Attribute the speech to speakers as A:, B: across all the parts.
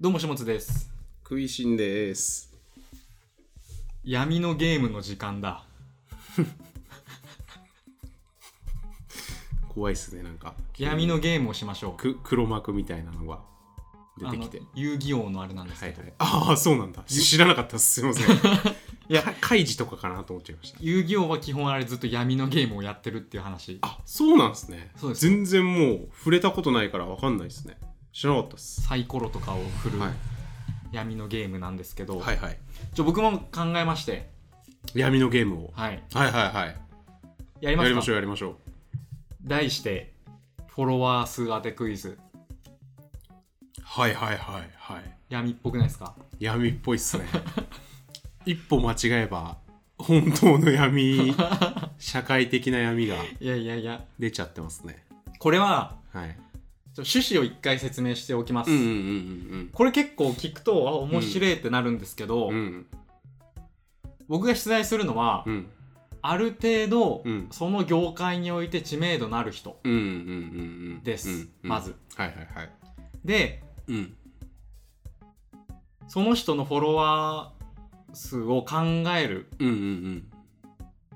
A: どうもしもつです
B: 食いしんです。
A: 闇のゲームの時間だ
B: 怖いっすね、なんか。
A: 闇のゲームをしましょう
B: く黒幕みたいなのが出てきて
A: あの。遊戯王のあれなんです
B: は
A: け
B: い
A: ど、
B: はい。ああ、そうなんだ。知らなかった です。すいません。いや、開示とかかなと思っちゃいました。
A: 遊戯王は基本あれずっと闇のゲームをやってるっていう話
B: あ、そうなんですね。
A: そうです
B: 全然もう触れたことないからわかんないですね。知らなかったです。
A: サイコロとかを振る
B: はい。
A: 闇のゲームなんですけど、
B: はいはい。
A: ちょ僕も考えまして
B: 闇のゲームを。
A: はい
B: はいはいはい。
A: やります
B: やり
A: か
B: ましょうやりましょう。
A: 題してフォロワー数当てクイズ
B: はいはいはいはい。
A: 闇っぽくないですか
B: 闇っぽいっすね。一歩間違えば、本当の 闇、社会的な闇が
A: いやいやいや
B: 出ちゃってますね。
A: これは
B: はい。
A: ちょ趣旨を一回説明しておきます、
B: うんうん
A: これ結構聞くとあ面白いってなるんですけど、
B: うんうん。うん
A: 僕が出題するのは、
B: うん
A: ある程度、
B: うん
A: その業界において知名度のある人
B: うんうんうんうん。
A: です
B: うんうん
A: まず。
B: はいはいはい。
A: で
B: うん。
A: その人のフォロワー数を考える
B: うんうん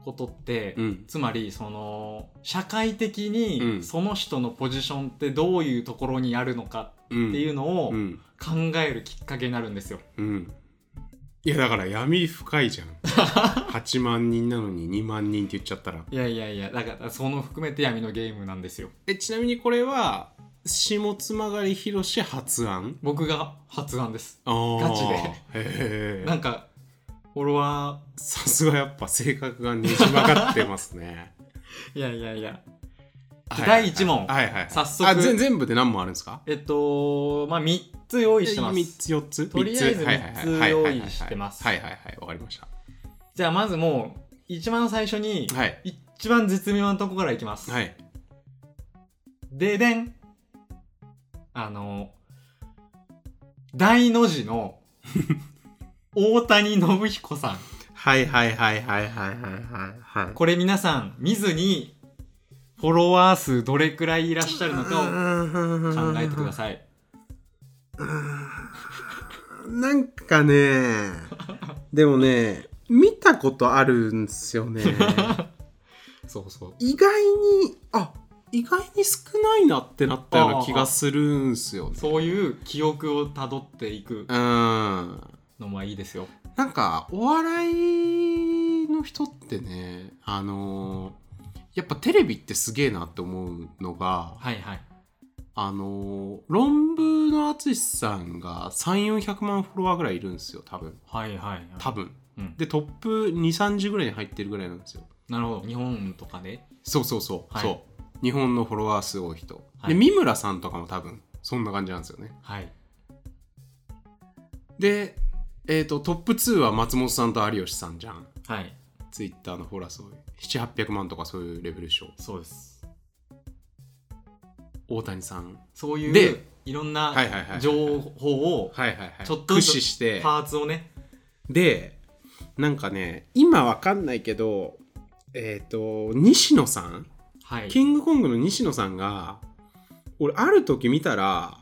A: ことって、
B: うん。うん。
A: つまりその社会的
B: う
A: に
B: ん
A: その人のポジションってどういうところにあるのかっていううのを
B: ん。うん。
A: 考えるきっかけになるんですよ。
B: うん。いやだから闇深いじゃん。8万人なのに2万人って言っちゃったら。
A: いやいやいやだからその含めて闇のゲームなんですよ。
B: え、ちなみにこれは、下妻狩り広し発案
A: 僕が発案です。
B: あー
A: ガチで
B: へ
A: な
B: え
A: んかフォロワ
B: さすがやっぱ性格がねじ曲がってます ね
A: ーいやいやいや
B: はい
A: 第一問
B: はいはいはい
A: 早速
B: あぜ全部で何問あるんですか
A: えっとまあ3つ用意してます。
B: 3つ4つ
A: とりあえず
B: 三はいはい
A: 三つ
B: はい
A: 用意してます
B: はいはいはいはいわかりました
A: じゃあまずもう一番最初に、
B: はい
A: 一番絶妙なとこからいきます、
B: はい
A: ででんあの大の字の大谷信彦さん
B: はいはいはいはいはいはいはいはい
A: これ皆さん見ずにフォロワー数どれくらいいらっしゃるのかを考
B: 考
A: えてくだ
B: い
A: さい
B: なんか ねでもね見たことあるんですよね
A: そうそう
B: 意外にあ意外に少ないなってなったような気がするんすよね
A: そういう記憶をたどっていく
B: うんな
A: のはいいですよ
B: んかお笑いの人ってねあのーやっぱテレビってすげえなって思うのが、
A: はいはい
B: あのー論文の淳さんが3400万フォロワーぐらいいるんですよ多分
A: はいはいはい
B: 多分
A: うん、
B: でトップ23時ぐらいに入ってるぐらいなんですよ
A: なるほど日本とかで
B: そうそうそう、
A: はい
B: そう日本のフォロワー数多い人、
A: はい
B: で三村さんとかも多分そんな感じなんですよね
A: はい
B: でえっ、とトップ2は松本さんと有吉さんじゃん
A: はい
B: ツイッターのフォロワー数700800万とかそういうレベルでしょ
A: そうです
B: 大谷さん
A: そういう
B: で
A: いろん
B: はいはいはいは
A: ない情報を
B: はいはいはい
A: ちょっと
B: 駆使して
A: パーツをね
B: でなんかね今わかんないけどえっ、と西野さん
A: はい
B: キングコングの西野さんが俺ある時見たら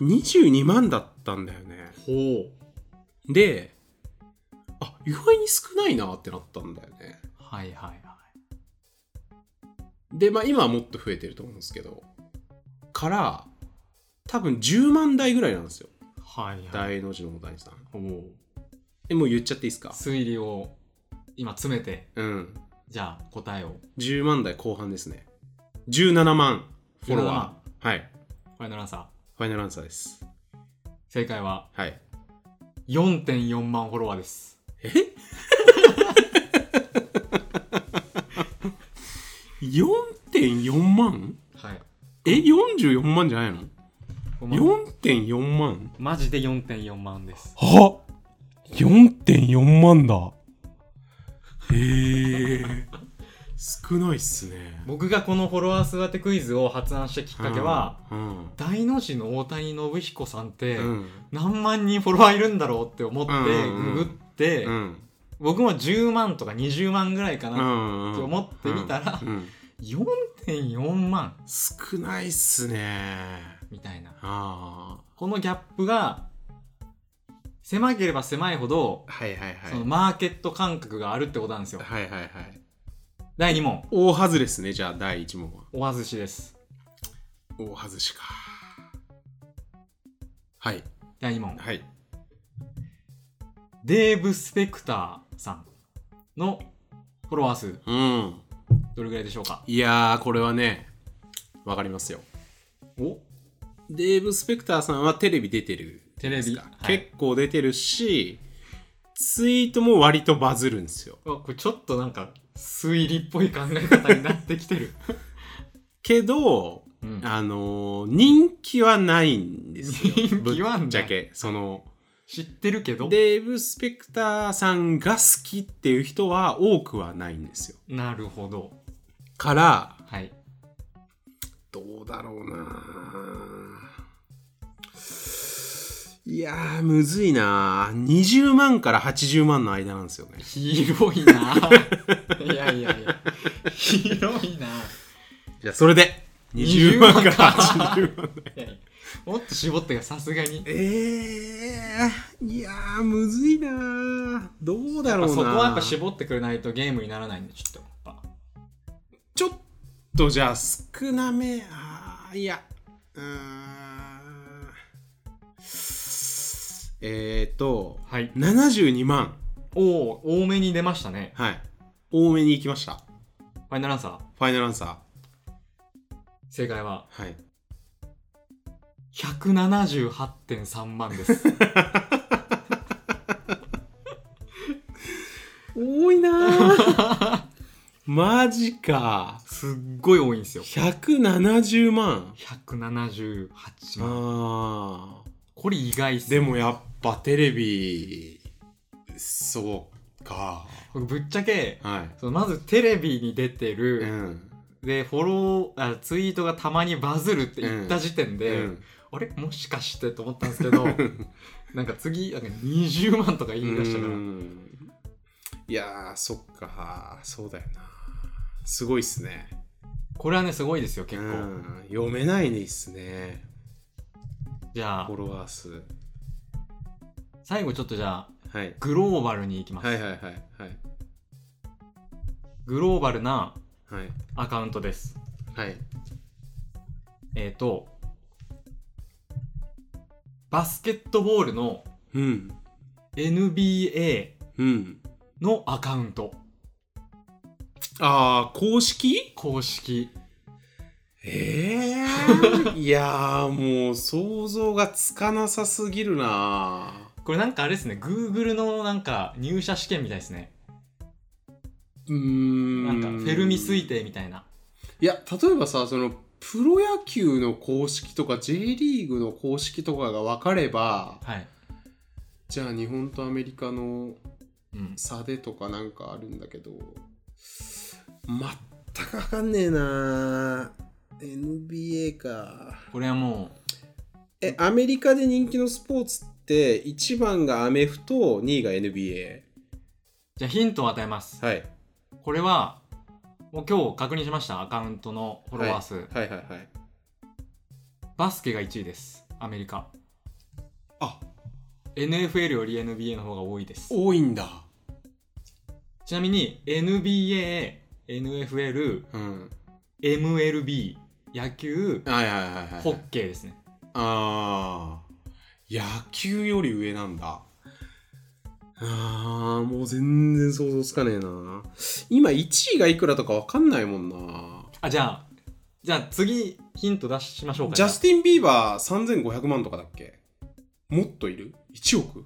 B: 22万だったんだよね
A: ほう
B: であ意外に少ないなってなったんだよね
A: はいはいはい
B: でまあ今はもっと増えてると思うんですけどから多分10万台ぐらいなんですよ
A: はいはい
B: 大の字の大谷さん
A: ほう
B: えもう言っちゃっていいですか
A: 推理を今詰めて
B: うん
A: じゃあ答えを
B: 10万台後半ですね17万フォロワーはい
A: ファイナルアンサ
B: ファイナルアンサーです
A: ー正解は
B: はい
A: 4.4万フォロワーです
B: 4.4万
A: はい
B: え44万じゃないの
A: ほんま
B: ?4.4 万
A: マジで4.4万です
B: は4.4万だへえ少ないっすね
A: 僕がこのフォロワー数当てクイズを発案したきっかけは、
B: うん
A: 大の字の大谷信彦さんって
B: うん
A: 何万人フォロワーいるんだろうって思って
B: うんうんうん
A: ググって、
B: うん
A: 僕も10万とか20万ぐらいか
B: う
A: な、
B: ん
A: って思ってみたら
B: うんうん
A: 4.4万
B: 少ないっすね
A: みたいな
B: ああ
A: このギャップが狭ければ狭いほど、
B: はいはいはい
A: そのマーケット感覚があるってことなんですよ
B: はいはいはい
A: 第2問
B: 大外れですねじゃあ第1問は
A: おはずしです
B: 大外しかはい
A: 第2問
B: はい
A: デーブ・スペクターさんのフォロワー数
B: うん
A: どれぐらいでしょうか
B: いやーこれはねわかりますよ
A: お
B: デーブ・スペクターさんはテレビ出てるじゃないですか
A: テレビはい
B: 結構出てるしツイートも割とバズるんですよ
A: これちょっとなんか推理っぽい考え方になってきてる、
B: けど
A: うん
B: あのー人気はないんですよ
A: 人気はない
B: ぶっちゃけその
A: 知ってるけど
B: デーブ・スペクターさんが好きっていう人は多くはないんですよ
A: なるほど
B: から
A: はい
B: どうだろうな。いやー、むずいな。20万から80万の間なんですよね。
A: 広いないやいやいや広いな
B: じゃあ、それで。20万から80万。
A: いやいやもっと絞ってがさすがに
B: えー、いやー、むずいな。どうだ
A: やっ
B: ろ
A: ぱ
B: うな。
A: そこはやっぱ絞ってくれないとゲームにならないんでちょっとやっぱ
B: ちょっと、じゃあ、少なめ。あーいや。うーん。えーと、
A: はい
B: 72万。
A: おお多めに出ましたね
B: はい。多めに行きました。
A: ファイナルアンサー
B: ファイナルアンサ
A: 正解は
B: ー。はい。
A: 178.3万です
B: 多いな マジか。
A: すっごい多いんですよ
B: 170万。
A: 178万
B: あー
A: これ意外っす
B: でもやっぱテレビ、そうか。
A: 僕ぶっちゃけ
B: は
A: そのまずテレビに出て
B: い。
A: る、
B: ん。
A: でフォローあツイートがたまにバズるって言った時点で、
B: うん
A: あれもしかしてと思ったんですけ どなんか次なんか20万とか言い出したから
B: うんいやー、そっか。そうだよな。すごいっすね。
A: これはねすごいですよ結構、
B: うん読めないですね。
A: じゃあ
B: フォロワー数。
A: 最後ちょっとじゃあ
B: はい。
A: グローバルに行きます、
B: はいはいはいはい。
A: グローバルな
B: はい。
A: アカウントです
B: はい。
A: えっ、とバスケットボールの
B: うん。
A: NBA
B: うん。
A: のアカウント
B: ああ、公式
A: 公式
B: ええ いやーもう想像がつかなさすぎるな
A: これなんかあれですね Google のなんか入社試験みたいですね
B: うーん
A: なんかフェルミ推定みたいない
B: や例えばさそのプロ野球の公式とか J リーグの公式とかが分かれば
A: はい、
B: じゃあ日本とアメリカの
A: うん、
B: 差でとかなんかあるんだけど全く分かんねえな NBA か
A: これはも
B: えアメリカで人気のスポーツって1番がアメフト2位が NBA
A: うじゃあヒントを与えます
B: はい
A: これはもう今日確認しましたアカウントのフォロワー数、
B: はいはいはい
A: バスケが1位ですアメリカ
B: あ
A: NFL より NBA の方が多いです
B: 多いんだ
A: ちなみに NBANFLMLB
B: うん
A: 野球
B: はいはいはいはい
A: ホッケーですね
B: あー野球より上なんだあーもう全然想像つかねえな今1位がいくらとかわかんないもんな
A: あじゃあじゃあ次ヒント出しましょうか
B: ジャスティン・ビーバー3500万とかだっけもっといる ?1 億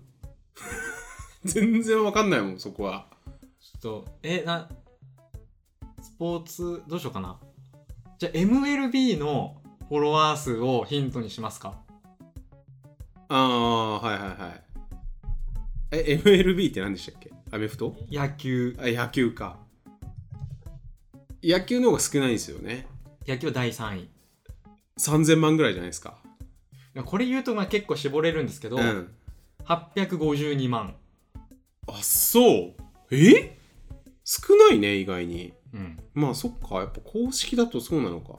B: 全然わかんないもんそこは
A: ちょっとえなスポーツどうしようかなじゃあ MLB のフォロワー数をヒントにしますか
B: ああーはいはいはいえ MLB って何でしたっけアメフト
A: 野球
B: あ野球か野球の方が少ないんですよね
A: 野球は第3位い
B: 3000万ぐらいじゃないですか
A: やこれ言うとまあ結構絞れるんですけど、
B: ん
A: 852万
B: あそうえ少ないね意外に
A: うん
B: まあそっかやっぱ公式だとそうなのか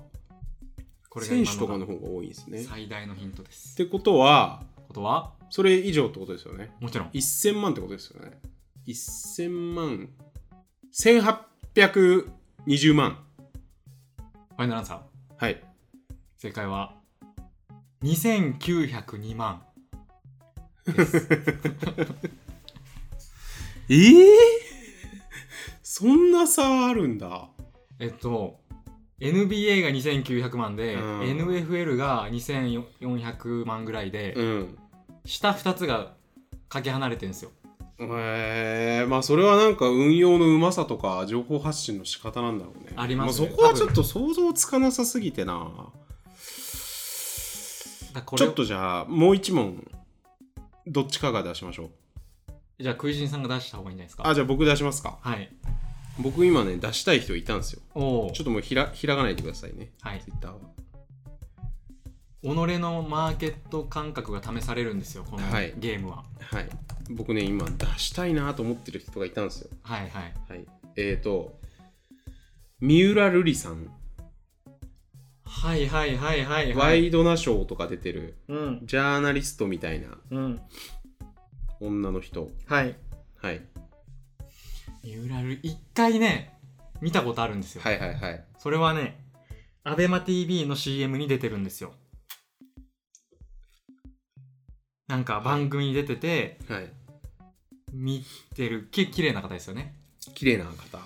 A: これが
B: 選
A: 今
B: 手とかの
A: の
B: 方が多いんですね。っ
A: 最大のヒントです。って
B: てことは、
A: ことは、
B: それ以上ってことですよね。
A: もちろん。
B: 1000万ってことですよね。1000万、1820万。
A: ファイナルアンサー。
B: はい。
A: 正解は、2902万です。
B: えー、そんな差あるんだ。
A: えっと、NBA が2900万で、
B: うん
A: NFL が2400万ぐらいで、
B: うん。
A: 下2つがかけ離れてるんですよ。
B: えー、まあそれはなんか運用のうまさとか情報発信の仕方なんだろうね。
A: ありますね
B: ね。そこはちょっと想像つかなさすぎてな。
A: だからこ
B: ち
A: れ
B: ょっとじゃあもう一問どっちかが出しましょう。
A: じゃあ、クイジンさんが出した方がいいんじゃないですか。
B: あじゃあ僕出しますか。
A: はい。
B: 僕今ね出したい人いたんですよ。
A: おお
B: ちょ。っともうひら開かないでくださいね。
A: はい。
B: ツイッターは。
A: 己のマーケット感覚が試されるんですよ、この
B: はい
A: ゲームは。
B: はい。僕ね今出したいなと思ってる人がいたんですよ。
A: はい、はい。
B: はい。えーと三浦瑠麗さん、
A: はいはいはいはいは
B: ワ
A: い。
B: イドナショーとか出てる
A: うん。
B: ジャーナリストみたいな
A: うん。
B: 女の人。
A: はい。
B: はい。
A: 三浦る一回ね、見たことあるんですよ。
B: はいはいはい。
A: それはね、アベマ TV の CM に出てるんですよ。なんか番組に出てて、
B: はい。
A: 見てる、き綺麗な方ですよね。
B: 綺麗な方。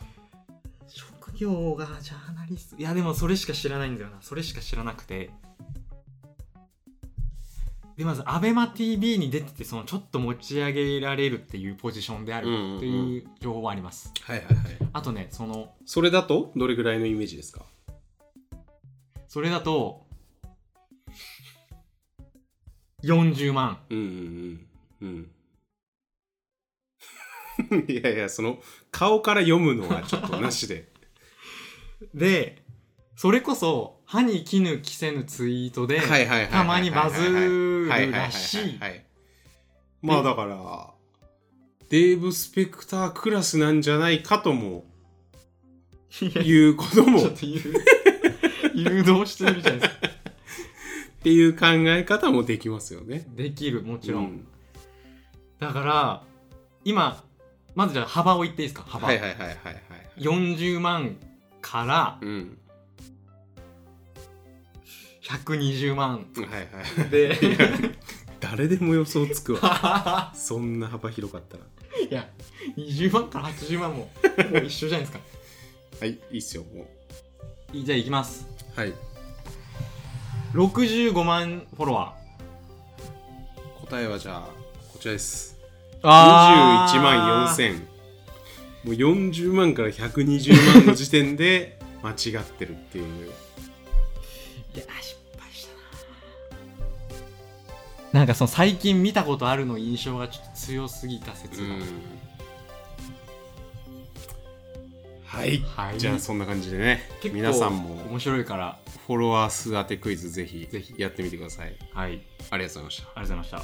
A: 職業がジャーナリスト。いや、でもそれしか知らないんだよな。それしか知らなくて。で、まず、アベマ TV に出てて、そのちょっと持ち上げられるっていうポジションである
B: うんうんうん
A: っていう情報はあります。
B: はいはいはい。
A: あとね、その、
B: それだとどれぐらいのイメージですか
A: それだと、40万。
B: うんうんうんうん いやいやその顔から読むのはちょっとなし で
A: で、それこそ、歯に衣着せぬツイートで、
B: はいはいはいはいはいはい
A: たまにバズるらしい
B: はははははいまあだからデーブ・スペクタークラスなんじゃないかとも いうことも
A: ちょ
B: っ
A: っと言う誘導してるじゃないですか。
B: ていう考え方もできますよね
A: できる、もちろん。
B: うん
A: だから、今、まずじゃあ幅を言っていいですか、幅。
B: はいはいはいはいはい
A: 40万から
B: うん
A: 120万
B: はいはい
A: で、
B: いや誰でも予想つくわ
A: い
B: そんな幅広かったら
A: や、20万から80万も、もう一緒じゃないですか。
B: はいいいっすよも
A: じゃあいきます。
B: うはい
A: 65万フォロワ
B: 答えはじゃあこちらです
A: ー。
B: 21万4000もう40万から120万の時点で 間違ってるっていう
A: いや、失敗したな。なんかその最近見たことあるの印象がちょっと強すぎた説が。
B: はい、
A: はい
B: じゃあそんな感じでね
A: 結構
B: 皆さんも
A: 面白いから。
B: フォロワー数当てクイズぜひ
A: ぜひ
B: やってみてください
A: はい。あり
B: ありがとうございました
A: がとうございました。